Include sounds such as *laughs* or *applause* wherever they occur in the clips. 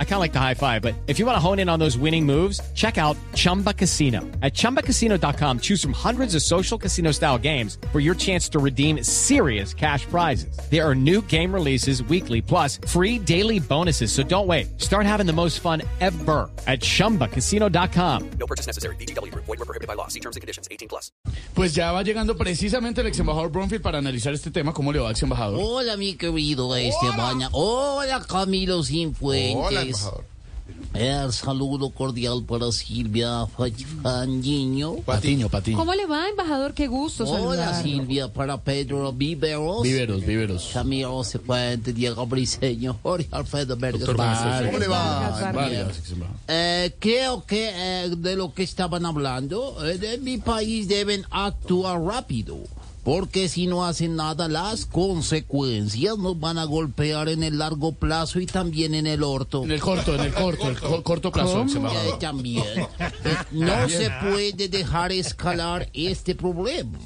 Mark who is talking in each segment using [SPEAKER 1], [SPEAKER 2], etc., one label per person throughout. [SPEAKER 1] I kind of like the high five, but if you want to hone in on those winning moves, check out Chumba Casino. At chumbacasino.com, choose from hundreds of social casino style games for your chance to redeem serious cash prizes. There are new game releases weekly, plus free daily bonuses. So don't wait. Start having the most fun ever at chumbacasino.com.
[SPEAKER 2] No purchase necessary. BGW. Void were prohibited by law. See terms and conditions. 18 plus.
[SPEAKER 3] Pues ya va llegando precisamente el ex embajador Bromfield para analizar este tema. ¿Cómo le va, ex embajador?
[SPEAKER 4] Hola, mi querido Esteban. Hola, Camilo Sinfuentes. El saludo cordial para Silvia Fangiño.
[SPEAKER 3] Patiño, Patiño.
[SPEAKER 5] ¿Cómo le va, embajador? Qué gusto
[SPEAKER 4] Hola,
[SPEAKER 5] saludarlo.
[SPEAKER 4] Silvia, para Pedro Viveros.
[SPEAKER 3] Viveros, Viveros.
[SPEAKER 4] Camilo Cifuentes, Diego Briseño, Jorge Alfredo Vergas. Vargas.
[SPEAKER 3] ¿Cómo le va?
[SPEAKER 5] Vargas,
[SPEAKER 3] Vargas, ex embajador.
[SPEAKER 4] Eh, creo que eh, de lo que estaban hablando, eh, de mi país deben actuar rápido. Porque si no hacen nada, las consecuencias nos van a golpear en el largo plazo y también en el orto.
[SPEAKER 3] En el corto, en el corto, el co- corto plazo, ex
[SPEAKER 4] Eh,
[SPEAKER 3] embajador.
[SPEAKER 4] también. Eh, No se puede dejar escalar este problema,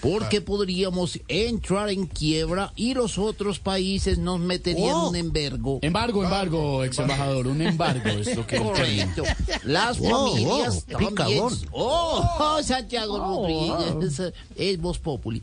[SPEAKER 4] porque podríamos entrar en quiebra y los otros países nos meterían un embargo.
[SPEAKER 3] Embargo, embargo, ex embajador. Un embargo es lo que.
[SPEAKER 4] Correcto. Las familias también. Oh, *laughs* oh, Santiago Rodríguez es voz populi.